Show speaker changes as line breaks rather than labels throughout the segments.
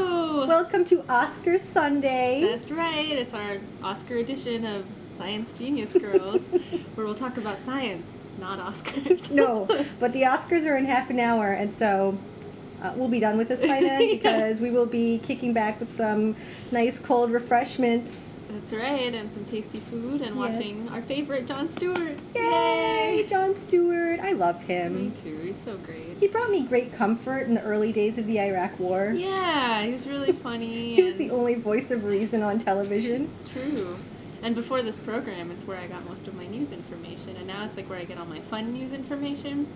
welcome to Oscar Sunday.
That's right. It's our Oscar edition of Science Genius Girls, where we'll talk about science, not Oscars.
no, but the Oscars are in half an hour, and so uh, we'll be done with this by then
Yeah.
because we will be kicking back with some nice cold refreshments.
That's right, and some tasty food and watching our favorite John Stewart.
Yay, John Stewart! I love
Me
him.
too. He's so great.
He brought me great comfort in the early days of the Iraq War.
Yeah, he was really funny.
He was
and-
the only voice of reason on television.
It's true. And before this program, it's where I got most of my news information, and now it's like where I get all my fun news information.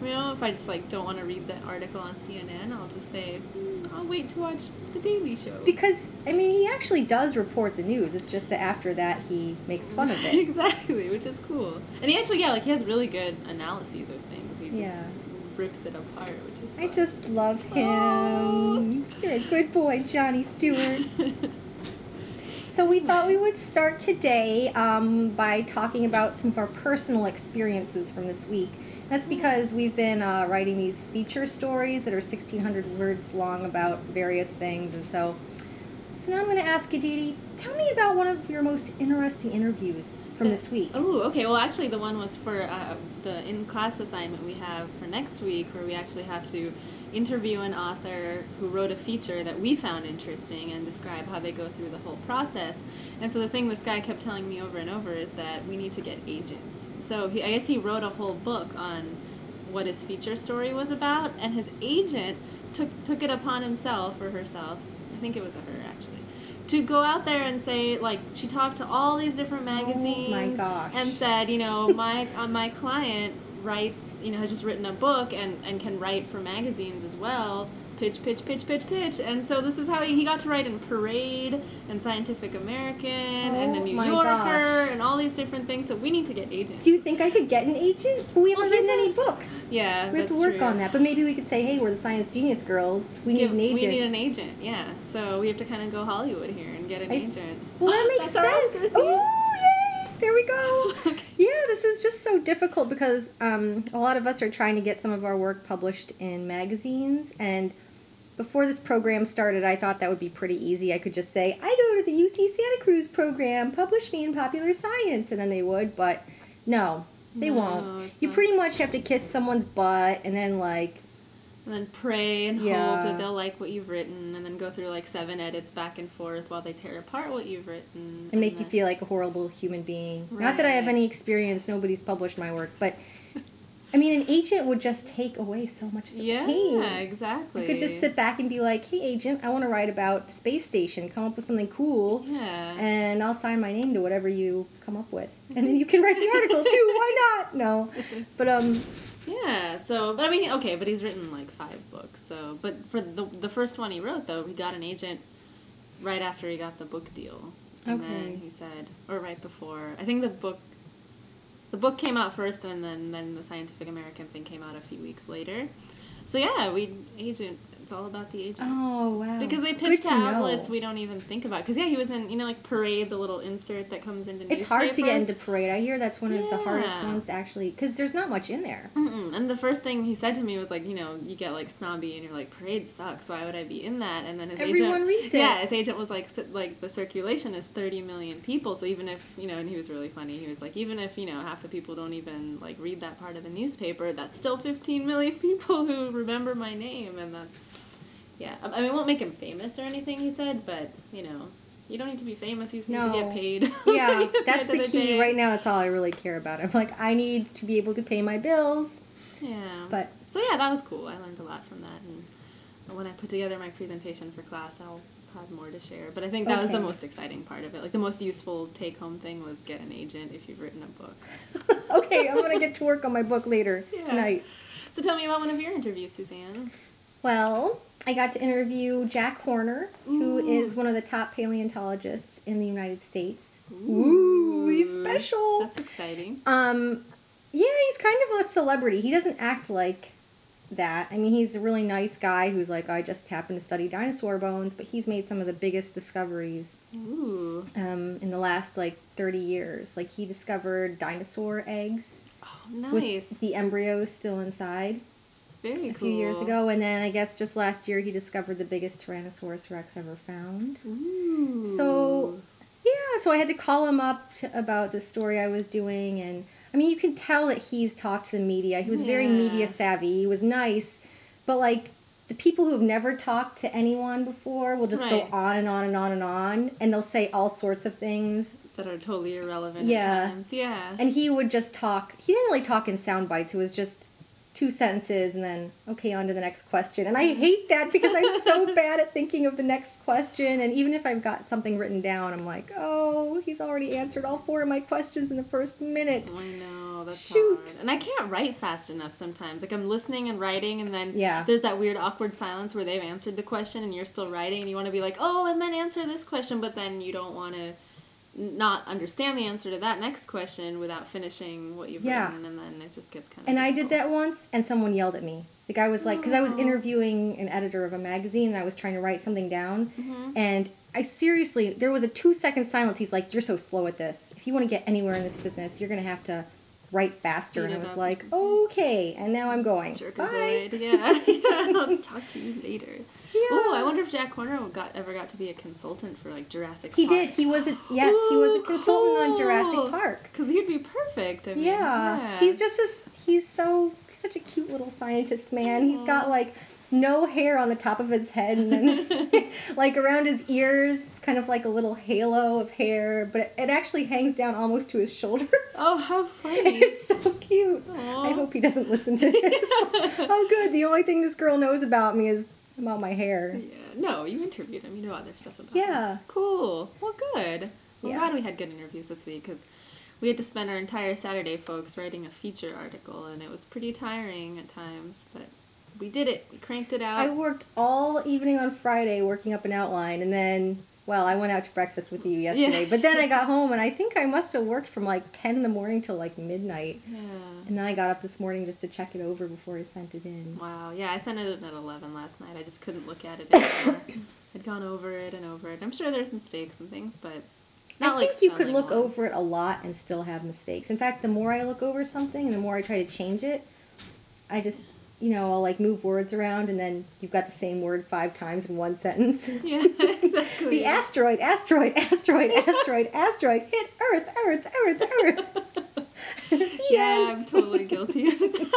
You know, if I just like don't want to read the article on CNN, I'll just say "Hmm, I'll wait to watch The Daily Show.
Because I mean, he actually does report the news. It's just that after that, he makes fun of it.
exactly, which is cool. And he actually, yeah, like he has really good analyses of things. He just
Yeah.
rips it apart, which is.
I
fun.
just love him.
Aw.
You're a good boy, Johnny Stewart. So we thought we would start today um, by talking about some of our personal experiences from this week.
Mm.
That's because we've been uh, writing these feature stories that are 1,600 words long about various things, and so. So now I'm going to ask you, Didi, tell me about one of your most interesting interviews from this week.
Oh, okay. Well, actually, the one was for uh, the in class assignment we have for next week, where we actually have to interview an author who wrote a feature that we found interesting and describe how they go through the whole process. And so the thing this guy kept telling me over and over is that we need to get agents. So he, I guess he wrote a whole book on what his feature story was about, and his agent took took it upon himself or herself. I think it was a her actually. To go out there and say, like, she talked to all these different magazines
Oh gosh.
and said, you know, my uh, my client writes, you know, has just written a book and, and can write for magazines as well. Pitch, pitch, pitch, pitch, pitch. And so this is how he, he got to write in Parade and Scientific American and the
Oh
New
my
Yorker
gosh.
and all these different things. So we need to get agents.
Do you think I could get an agent? But we haven't
Well,
written
he's a-
any books.
yeah,
We have to
Oh, that's
work
true.
on that. But maybe we could say, hey, we're the science genius girls. We need
Give-
an agent.
We need an agent, yeah. So we have to kind of go Hollywood here and get an
I-
agent.
Well, that makes
Oh, That's our
sense.
Oscar theme.
Oh, yay! There we go.
Okay.
Yeah, this is just so difficult because um, a lot of us are trying to get some of our work published in magazines. And before this program started, I thought that would be pretty easy. I could just say, I go to the UC Santa Cruz program, publish me in popular science, and then they would, but no. They
No,
won't.
it's
You
not.
pretty much have to kiss someone's butt and then like
And then pray and
Yeah.
hope that they'll like what you've written, and then go through like seven edits back and forth while they tear apart what you've written.
and make you
then-
feel like a horrible human being. Not that I have
Right.
any experience, nobody's published my work, but I mean, an agent would just take away so much of the
Yeah,
pain.
exactly.
You could just sit back and be like, hey, agent, I want to write about the space station. Come up with something cool,
Yeah. Mm-hmm.
and I'll sign my name to whatever you come up with. And then you can write the article too. Why not? No. But, um,
yeah. So, but I mean, okay, but he's written like five books. So, but for the the first one he wrote though, he got an agent right after he got the book deal, and
Okay.
then he said, or right before. I think the book. The book came out first, and then, then the Scientific American thing came out a few weeks later. So yeah, we agent. It's all about the agent.
oh, wow.
Because they
Good
pitch to
know.
outlets we don't even think about. Because yeah, he was in you know like Parade, the little insert that comes into
It's hard to get into Parade. I hear that's one of the hardest
Yeah.
ones to actually, because there's not much in there.
Mm-mm. And the first thing he said to me was like, you know, you get like snobby and you're like, Parade sucks. Why would I be in that? And then his
Everyone
agent,
reads it.
yeah, his agent was like, "S- like the circulation is 30 million people. So even if you know, and he was really funny. He was like, even if you know half the people don't even like read that part of the newspaper, that's still 15 million people who remember my name, and that's Yeah, I I mean, it won't make him famous or anything, he said, but, you know, you don't need to be famous, you just need to
No.
get paid.
yeah,
At
that's
end
the
of
key.
day.
Right now, that's all I really care about. I'm like, I need to be able to pay my bills.
Yeah.
But-
So, yeah, that was cool. I learned a lot from that, and when I put together my presentation for class, I'll have more to share. But I think that was the
Okay.
most exciting part of it. Like, the most useful take home thing was get an agent if you've written a book.
okay, I'm gonna get to work on my book later
Yeah.
tonight.
So, tell me about one of your interviews, Suzanne.
Well, I got to interview Jack Horner, who
Ooh.
is one of the top paleontologists in the United States. Ooh,
Ooh.
he's special.
That's exciting.
Um, yeah, he's kind of a celebrity. He doesn't act like that. I mean, he's a really nice guy who's like, I just happened to study dinosaur bones, but he's made some of the biggest discoveries
Ooh.
um, in the last like 30 years. Like, he discovered dinosaur eggs
Oh, nice.
with the embryo still inside.
Very
a
cool.
few years ago, and then I guess just last year he discovered the biggest Tyrannosaurus Rex ever found.
Ooh.
So, yeah, so I had to call him up to, about the story I was doing, and I mean, you can tell that he's talked to the media. He was very
Yeah.
media savvy. He was nice, but like the people who have never talked to anyone before will just
Right.
go on and on and on and on, and they'll say all sorts of things.
that are totally irrelevant
Yeah.
at times. Yeah.
And he would just talk. He didn't really talk in sound bites. It was just two sentences and then okay on to the next question and i hate that because i'm so bad at thinking of the next question and even if i've got something written down i'm like oh he's already answered all four of my questions in the first minute
I know that's
Shoot.
hard. And I can't write fast enough sometimes. Like I'm listening and writing, and then
Yeah.
there's that weird awkward silence where they've answered the question and you're still writing, and you want to be like, oh, and then answer this question, but then you don't want to not understand the answer to that next question without finishing what you've
Yeah.
written, and then it just gets kind of.
and i did that once and someone yelled at me the guy was like because i was
Oh.
interviewing an editor of a magazine and i was trying to write something down
Mm-hmm.
and i seriously there was a two second silence he's like you're so slow at this if you want to get anywhere in this business you're going to have to write faster
Speed it
and i was
up or
like okay and now i'm going Bye.
Jerkazoid. Yeah. yeah. I'll talk to you later. Oh, I
Yeah.
wonder if Jack Horner got ever got to be a consultant for like Jurassic.
he
Park.
did he was a yes he was a
Ooh,
consultant on
cool.
jurassic park
Because he'd be perfect. I mean,
Yeah. He's just this, he's so he's such a cute little scientist man. He's got like no hair on the top of his head and then like around his ears, kind of like a little halo of hair, but it actually hangs down almost to his shoulders.
Oh, how funny!
It's so cute. I
Aw.
hope he doesn't listen to this. oh good. The only thing this girl knows about me is about my hair.
yeah. No, you interviewed him. You know other stuff about him.
Yeah.
Cool. Well, good. I'm
Yeah.
glad we had good interviews this week because we had to spend our entire Saturday, folks, writing a feature article, and it was pretty tiring at times, but we did it. We cranked it out.
I worked all evening on Friday working up an outline, and then, well, I went out to breakfast with you yesterday,
Yeah.
but then I got home, and I think I must have worked from like 10 in the morning till like midnight.
yeah.
And then I got up this morning just to check it over before I sent it in.
Wow. Yeah, I sent it in at 11 last night. I just couldn't look at it anymore. I'd gone over it and over it. I'm sure there's mistakes and things, but not
I
like
think you could
spelling
look
ones.
over it a lot and still have mistakes. In fact, the more I look over something and the more I try to change it, I just, you know, I'll like move words around, and then you've got the same word five times in one sentence.
Yeah, exactly.
The asteroid, asteroid, asteroid, asteroid, asteroid hit Earth, Earth, Earth, Earth. the
Yeah,
end.
I'm totally guilty of that.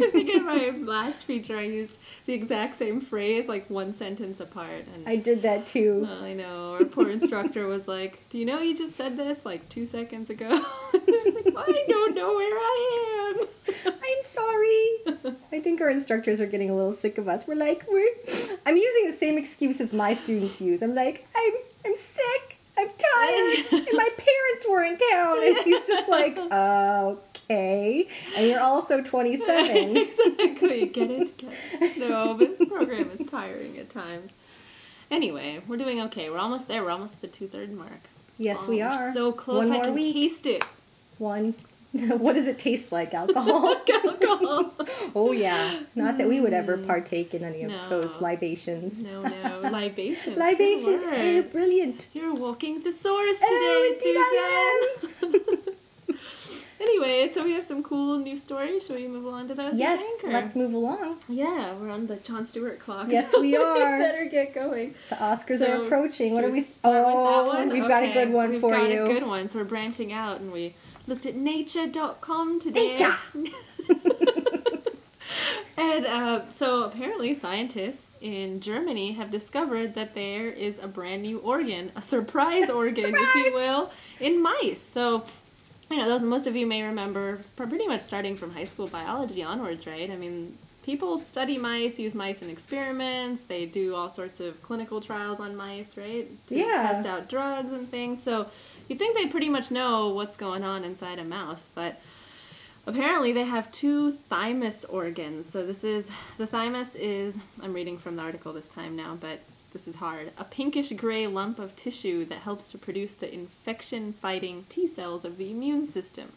I think in my last feature I used the exact same phrase, like one sentence apart. And
I did that too.
Well, I know our poor instructor was like, "Do you know you just said this like two seconds ago?" I'm like, I don't know where I am.
I'm sorry. I think our instructors are getting a little sick of us. We're like, we're. I'm using the same excuse as my students use. I'm like, I'm, I'm sick. I'm tired, and my parents were in town. And he's just like, okay. And you're also 27.
exactly. Get it? Get it. No, this program is tiring at times. Anyway, we're doing okay. We're almost there. We're almost at the two third mark.
Yes,
Oh,
we
we're
are.
so close.
One
I
more
can
week.
taste it.
One. what does it taste like? Alcohol.
Alcohol.
Oh yeah, not that we would ever partake in any of
Mm. No.
those libations.
No, no, libations. Good
Libations are
word.
brilliant.
You're walking thesaurus today,
Oh, indeed I
Susan. anyway, so we have some cool new stories. Shall we move on to those? with
Yes,
Anchor?
let's move along.
Yeah, we're on the John Stewart clock.
Yes,
so
we are.
better get going.
The Oscars
So,
are approaching. What
should
are we?
start with that
Oh,
one?
we've got a
Okay,
good one
we've
for
got
you.
A good one. So we're branching out, and we looked at nature.com today.
Nature!
and uh, so apparently, scientists in Germany have discovered that there is a brand new organ, a surprise organ, if
Surprise!
you will, in mice. So. You know, those most of you may remember pretty much starting from high school biology onwards, right? I mean, people study mice, use mice in experiments, they do all sorts of clinical trials on mice, right? to
Yeah.
test out drugs and things. So you'd think they pretty much know what's going on inside a mouse, but apparently they have two thymus organs. So this is the thymus is I'm reading from the article this time now, but this is hard. A pinkish gray lump of tissue that helps to produce the infection fighting T cells of the immune system.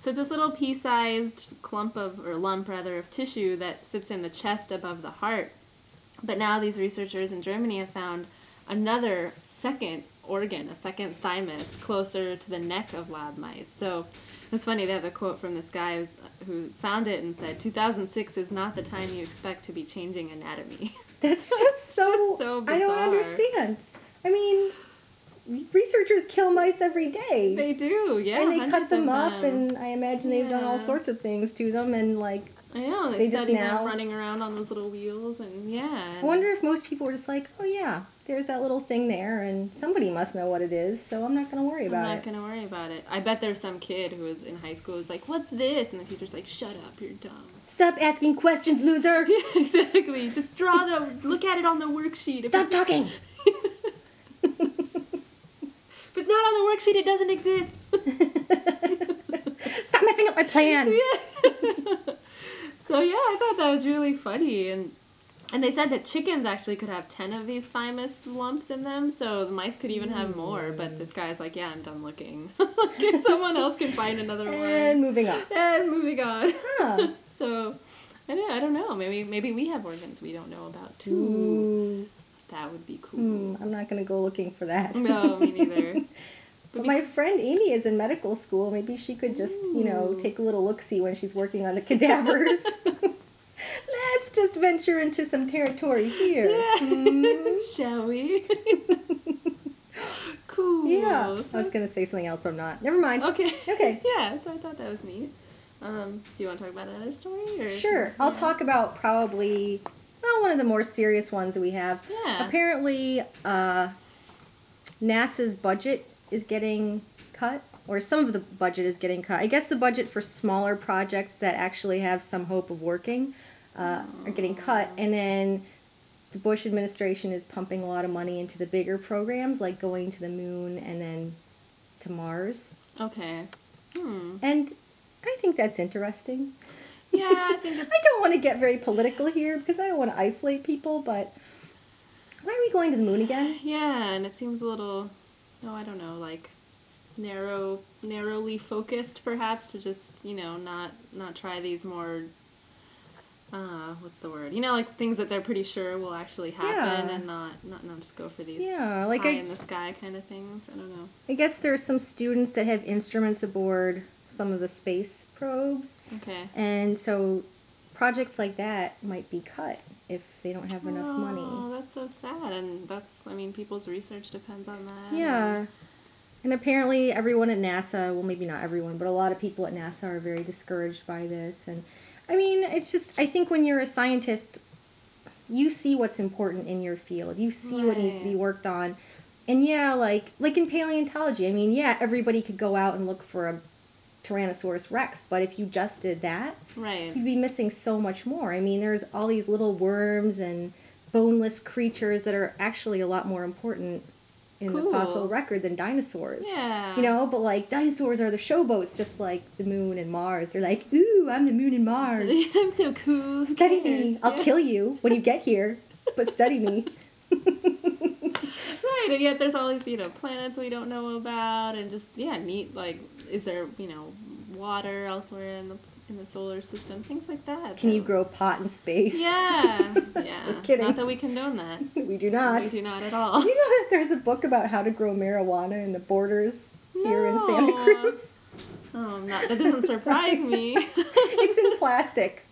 So it's this little pea-sized clump of or lump rather of tissue that sits in the chest above the heart. But now these researchers in Germany have found another second organ, a second thymus, closer to the neck of lab mice. So It's funny, they have a quote from this guy who's, who found it and said, 2006 is not the time you expect to be changing anatomy.
That's just so.
just so
I don't
bizarre.
understand. I mean, researchers kill mice every day,
they do, yeah.
and they cut
hundreds
them
of
up,
them.
and I imagine they've done all
Yeah.
sorts of things to them. And like,
I know, they,
they just
study
now-
them running around on those little wheels, and yeah.
I
and-
wonder if most people were just like, "Oh yeah, there's that little thing there, and somebody must know what it is, so I'm not going to worry about
I'm not
it."
gonna worry about it. I bet there's some kid who was in high school who's like, "What's this?" And the teacher's like, "Shut up, you're dumb."
Stop asking questions, loser.
Yeah, exactly. Just draw the look at it on the worksheet. If
Stop
it's-
talking.
If it's not on the worksheet, it doesn't exist.
Stop messing up my plan.
so yeah, I thought that was really funny, and and they said that chickens actually could have ten of these thymus lumps in them, so the mice could even have more. But this guy's like, "Yeah, I'm done looking. Okay, Someone else can find another
And
one."
moving on.
And moving on.
Huh.
so I don't, I don't know. Maybe maybe we have organs we don't know about too.
Ooh.
That would be cool.
Hmm, I'm not going to go looking for that.
No, me neither.
But my friend Amy is in medical school. Maybe she could just, you know, take a little look see when she's working on the cadavers. Let's just venture into some territory here. Hmm.
Shall we? cool.
Yeah. I
So-
was going to say something else, but I'm not. Never mind.
okay.
Okay.
yeah. So I thought that was neat. Um, do you want to talk about another story? Or
Sure. I'll
Yeah.
talk about probably, well, one of the more serious ones that we have.
Yeah.
Apparently, uh, NASA's budget is getting cut, or some of the budget is getting cut. I guess the budget for smaller projects that actually have some hope of working uh, are getting cut, and then the Bush administration is pumping a lot of money into the bigger programs, like going to the moon and then to Mars.
Okay. Hmm.
And I think that's interesting.
Yeah, I think it's
I don't want to get very political here because I don't want to isolate people, but why are we going to the moon again?
Yeah, and it seems a little, oh, I don't know, like narrow, narrowly focused, perhaps, to just you know not not try these more. Uh, what's the word? You know, like things that they're pretty sure will actually happen,
Yeah.
and not not not just go for these
Yeah, like
pie
I,
in the sky kind of things. I don't know.
I guess there are some students that have instruments aboard some of the space probes,
Okay.
and so projects like that might be cut if they don't have enough money.
Oh, that's so sad, and that's I mean, people's research depends on that.
Yeah. And apparently, everyone at NASA, well, maybe not everyone, but a lot of people at NASA are very discouraged by this. And I mean, it's just, I think when you're a scientist, you see what's important in your field, you see what needs to be
Right.
worked on. And yeah, like like in paleontology, I mean, yeah, everybody could go out and look for a Tyrannosaurus rex, but if you just did that,
Right.
you'd be missing so much more. I mean, there's all these little worms and boneless creatures that are actually a lot more important in the
Cool.
fossil record than dinosaurs.
Yeah.
You know, but like dinosaurs are the showboats, just like the moon and Mars. They're like, ooh, I'm the moon and Mars.
I'm so cool. who
Study
cares?
me. I'll
Yeah.
kill you when you get here, but study me.
Right, and yet there's all these, you know, planets we don't know about, and just yeah, neat. Like, is there, you know, water elsewhere in the in the solar system, things like that.
Can you
that-
grow pot in space?
Yeah, yeah.
Just kidding.
Not that we condone that.
We do not.
We do not at all.
You know that there's a book about how to grow marijuana in the borders here in Santa
No.
Cruz?
Oh, I'm not, that doesn't surprise me.
it's in plastic.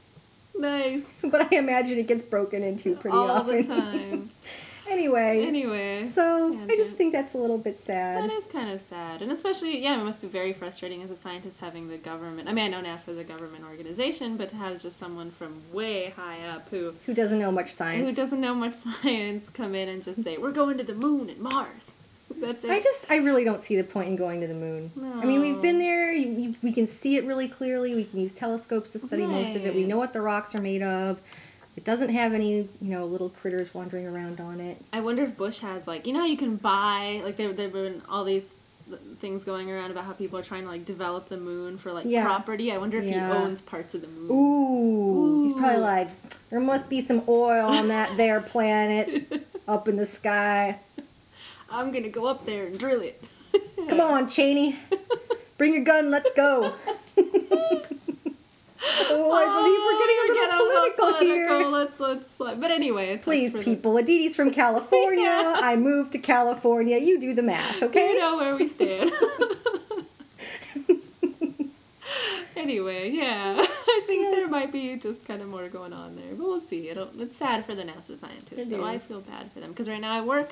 nice.
but I imagine it gets broken into pretty
all
often.
the time.
anyway,
Anyway.
so I just
tangent.
think that's a little bit sad.
That is kind of sad, and especially yeah, it must be very frustrating as a scientist having the government. I mean, I know NASA is a government organization, but to have just someone from way high up who
Who doesn't know much science?
who doesn't know much science come in and just say we're going to the moon and Mars. That's it.
I just, I really don't see the point in going to the moon. I mean, we've been there. You, you, we can see it really clearly. We can use telescopes to study most of it. We
Right.
know what the rocks are made of. It doesn't have any, you know, little critters wandering around on it.
I wonder if Bush has like you know how you can buy like there there've been all these things going around about how people are trying to like develop the moon for like
Yeah.
property. I wonder if
Yeah.
he owns parts of the moon.
Ooh, he's probably
Ooh.
like, there must be some oil on that there planet up in the sky.
I'm gonna go up there and drill it.
Come on, Cheney. Bring your gun, let's go. oh,
Oh,
I believe we're getting a little political, here.
Let's, let's let- But anyway, it's
Please,
it's for the-
people, Aditi's from California. I moved to California. You do the math,
You
okay?
know where we stand. Anyway, yeah, I think there
Yes.
might be just kind of more going on there, but we'll see. It'll, it's sad for the NASA scientists,
It
though. I
is.
feel bad for them because right now I work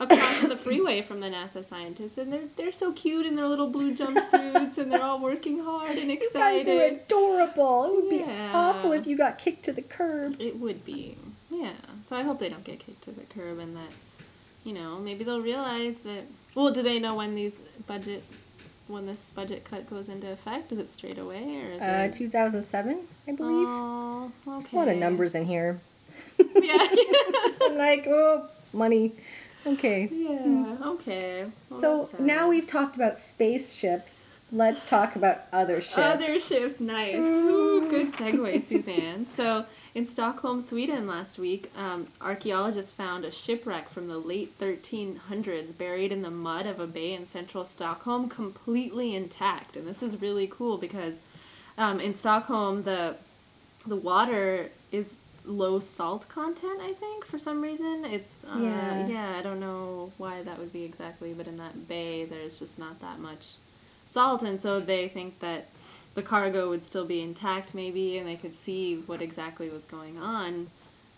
across the freeway from the NASA scientists, and they're they're so cute in their little blue jumpsuits, and they're all working hard and
You guys
excited.
are adorable. It would be
Yeah.
awful if you got kicked to the curb.
It would be. Yeah. So I hope they don't get kicked to the curb and that, you know, maybe they'll realize that. Well, do they know when these budget, when this budget cut goes into effect? Is it straight away or is
Uh,
it?
2007, I believe.
Oh, okay.
There's a lot of numbers in here.
yeah.
I'm like, oh, money. Okay.
yeah. Okay. Well,
so
that's sad.
now we've talked about spaceships. Let's talk about other ships.
Other ships, nice. Ooh, good segue, Suzanne. So, in Stockholm, Sweden last week, um, archaeologists found a shipwreck from the late 1300s buried in the mud of a bay in central Stockholm, completely intact. And this is really cool because um, in Stockholm, the the water is low salt content. I think for some reason it's uh,
Yeah.
yeah. I don't know why that would be exactly, but in that bay there's just not that much salt, and so they think that the cargo would still be intact maybe, and they could see what exactly was going on.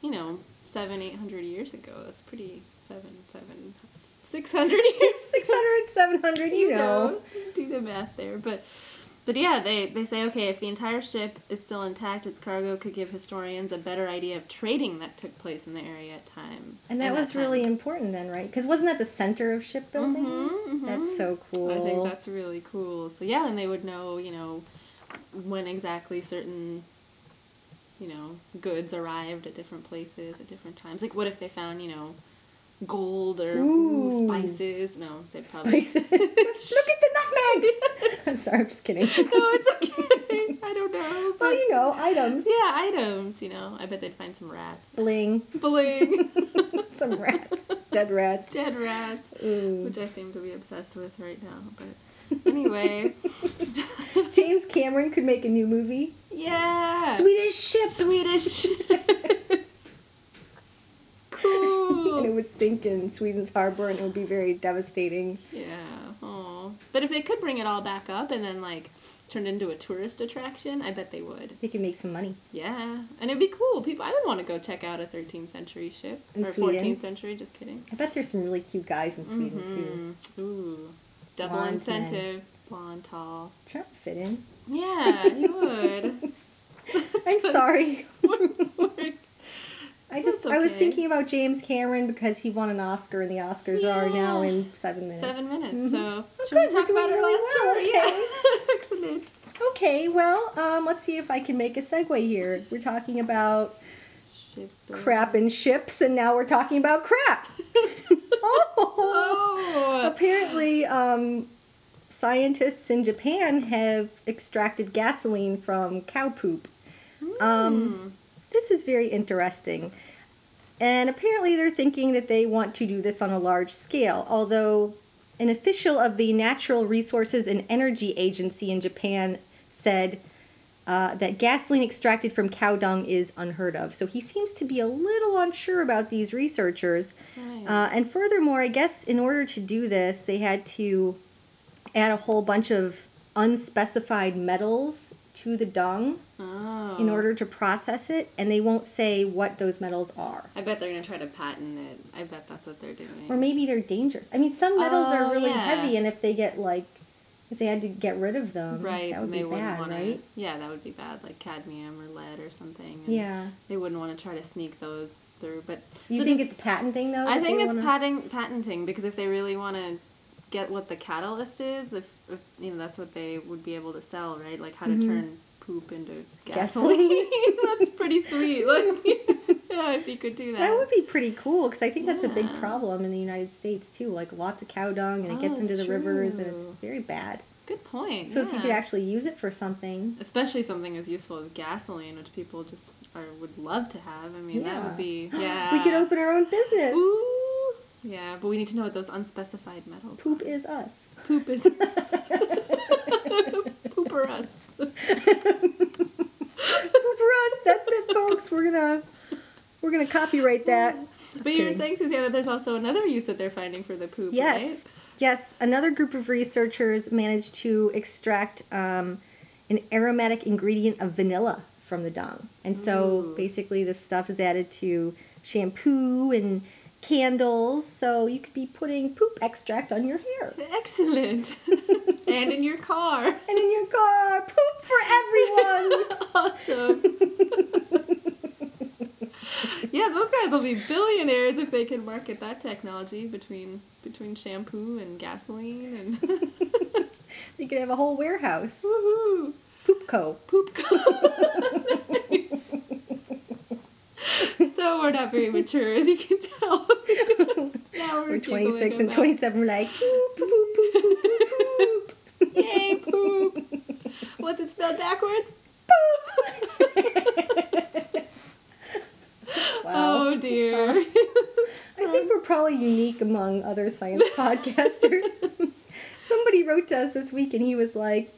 You know, seven eight hundred years ago. That's pretty seven seven. 600 years
600, 700, you know.
do the math there. But but yeah, they, they say okay, if the entire ship is still intact, its cargo could give historians a better idea of trading that took place in the area at time.
And that
at
was
time.
really important then, right? Because wasn't that the center of shipbuilding?
Mhm,
That's so cool.
I think that's really cool. So yeah, and they would know, you know, when exactly certain you know, goods arrived at different places at different times. Like what if they found, you know, gold or ooh,
Ooh.
spices? No, they probably
Spices. Look at the nutmeg! I'm sorry, I'm just kidding.
No, it's okay. I don't know.
well,
But
you know, items.
yeah, items, you know. I bet they'd find some rats.
Bling.
Bling.
Some rats. Dead rats.
Dead rats.
Ooh.
Which I seem to be obsessed with right now. But anyway.
James Cameron could make a new movie.
yeah.
Swedish ship!
Swedish.
and it
cool.
would sink in Sweden's harbor and it would be very devastating.
Yeah. Oh. But if they could bring it all back up and then like turned into a tourist attraction, I bet they would.
They could make some money.
Yeah. And it'd be cool. People I would want to go check out a 13th century ship
In
or
Sweden.
14th century, just kidding.
I bet there's some really cute guys in Sweden too.
Mhm. Ooh, double
Blonde men.
incentive, blonde tall.
Try to fit in.
Yeah, you would.
I'm sorry.
Would work.
I just
That's
I was
okay.
thinking about James Cameron because he won an Oscar and the Oscars are now
Yeah.
in seven minutes.
Seven minutes.
Mhm.
So should
good,
we
we're
talk about
doing
our
really
last
well,
story?
okay.
Yeah. Excellent.
Okay, well, um, let's see if I can make a segue here. We're talking about
Shipbuilding.
crap and ships, and now we're talking about crap. oh.
Oh.
Apparently, um, scientists in Japan have extracted gasoline from cow poop.
Hmm.
Um, this is very interesting. And apparently, they're thinking that they want to do this on a large scale, although, an official of the Natural Resources and Energy Agency in Japan said uh, that gasoline extracted from cow dung is unheard of. So he seems to be a little unsure about these researchers.
Right.
Uh, and furthermore, I guess in order to do this, they had to add a whole bunch of unspecified metals to the dung
Oh.
in order to process it, and they won't say what those metals are.
I bet they're gonna try to patent it. I bet that's what they're doing.
Or maybe they're dangerous. I mean, some metals
Oh,
are really
yeah.
heavy, and if they get like, if they had to get rid of them,
Right,
that would
they
be
wouldn't
bad,
want
right?
to. Yeah, that would be bad, like cadmium or lead or something. and
Yeah.
they wouldn't want to try to sneak those through. But
You
so
think
did-
it's patenting though?
I
that
think
they
it's
wanna-
patent, patenting because if they really want to get what the catalyst is, if, if you know that's what they would be able to sell, right? Like how to turn poop into gasoline.
Mm-hmm. Gasoline.
that's pretty sweet. Like, yeah, if you could do that.
That would be pretty cool because I think that's a big
Yeah.
problem in the United States too. Like lots of cow dung and it
Oh,
gets into
it's
the rivers and it's
true.
very bad.
Good point.
So if you could
yeah.
actually use it for something,
Especially something as useful as gasoline, which people just are, would love to have. I mean, that
Yeah.
would be yeah.
we could open our own business.
Ooh. Yeah, but we need to know what those unspecified metals.
Poop is us.
Poop is pooper us.
Poop for us. That's it, folks. We're gonna we're gonna copyright that.
But you were
kidding.
saying, Suzanne, that there's also another use that they're finding for the poop,
Yes.
right?
Yes. Another group of researchers managed to extract um, an aromatic ingredient of vanilla from the dung. And so
Ooh.
basically, this stuff is added to shampoo and candles. So you could be putting poop extract on your hair
Excellent. and in your car.
and in your car. Poop for everyone.
awesome. yeah, those guys will be billionaires if they can market that technology between between shampoo and gasoline and
you could have a whole warehouse.
woohoo.
Poop co.
poop cones. so we're not very mature, as you can tell. now
We're
giggling
26 and
about-
27. We're like, poop, poop, poop.
Yay, poop. What's it spelled backwards?
Wow.
Oh dear.
uh, I think we're probably unique among other science podcasters. Somebody wrote to us this week and he was like,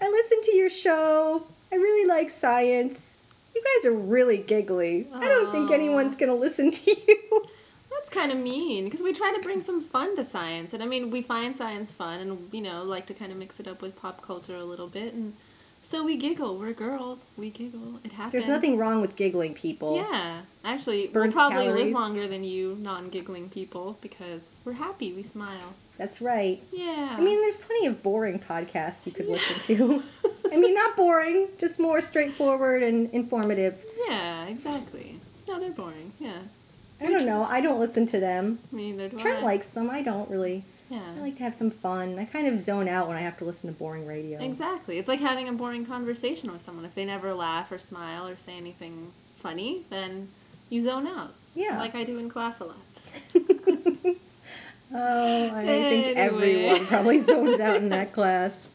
I listened to your show. I really like science. You guys are really giggly. I don't think
Aw.
anyone's going to listen to you.
That's kind of mean because we try to bring some fun to science, and I mean we find science fun, and you know like to kind of mix it up with pop culture a little bit, and so we giggle. We're girls. We giggle. It happens.
There's nothing wrong with giggling, people.
Yeah, actually,
Burns
we'll probably live
calories.
longer than you non-giggling people because we're happy. We smile.
That's right.
Yeah.
I mean, there's plenty of boring podcasts you could listen to. I mean, not boring, just more straightforward and informative.
Yeah, exactly. No, they're boring. Yeah.
I don't know. I don't listen to them.
I mean, they're
Trent likes them. I don't really.
Yeah.
I like to have some fun. I kind of zone out when I have to listen to boring radio.
Exactly. It's like having a boring conversation with someone. If they never laugh or smile or say anything funny, then you zone out.
Yeah.
Like I do in class a lot.
Oh, I think
Anyway.
everyone probably zones out in that class.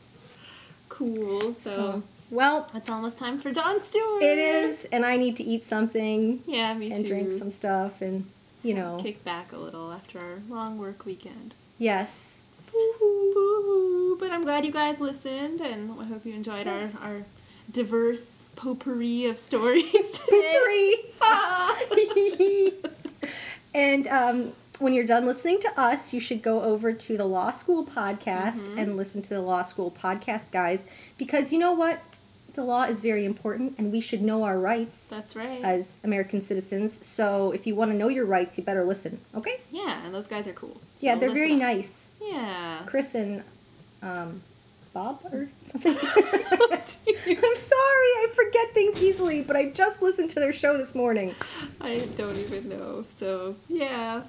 Cool.
So,
So,
well,
it's almost time for Don Stewart.
it is, and I need to eat something
Yeah, me
and
too.
drink some stuff, and you know,
Kick back a little after our long work weekend.
yes,
Boo-hoo. But I'm glad you guys listened, and I hope you enjoyed our,
Yes.
our diverse potpourri of stories today.
three.
Ah.
and um, when you're done listening to us, you should go over to the Law School podcast
Mm-hmm.
and listen to the Law School podcast, guys, because you know what? The law is very important, and we should know our rights
That's right.
as American citizens. So if you want to know your rights, you better listen. Okay?
yeah, and those guys are cool.
yeah,
So
they're very
listen up.
nice.
Yeah.
Chris and um, Bob or something.
I
I'm sorry, I forget things easily, but I just listened to their show this morning.
don't even know. So, yeah.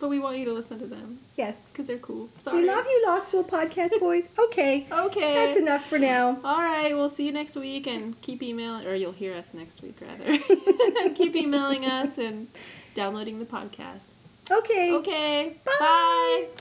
But we want you to listen to them
Yes.
because they're cool. Sorry.
We love you, Law School Podcast Boys. Okay.
Okay.
That's enough for now.
All right, we'll see you next week and keep emailing, or you'll hear us next week rather. keep emailing us and downloading the podcast.
Okay.
Okay.
Bye.
Bye.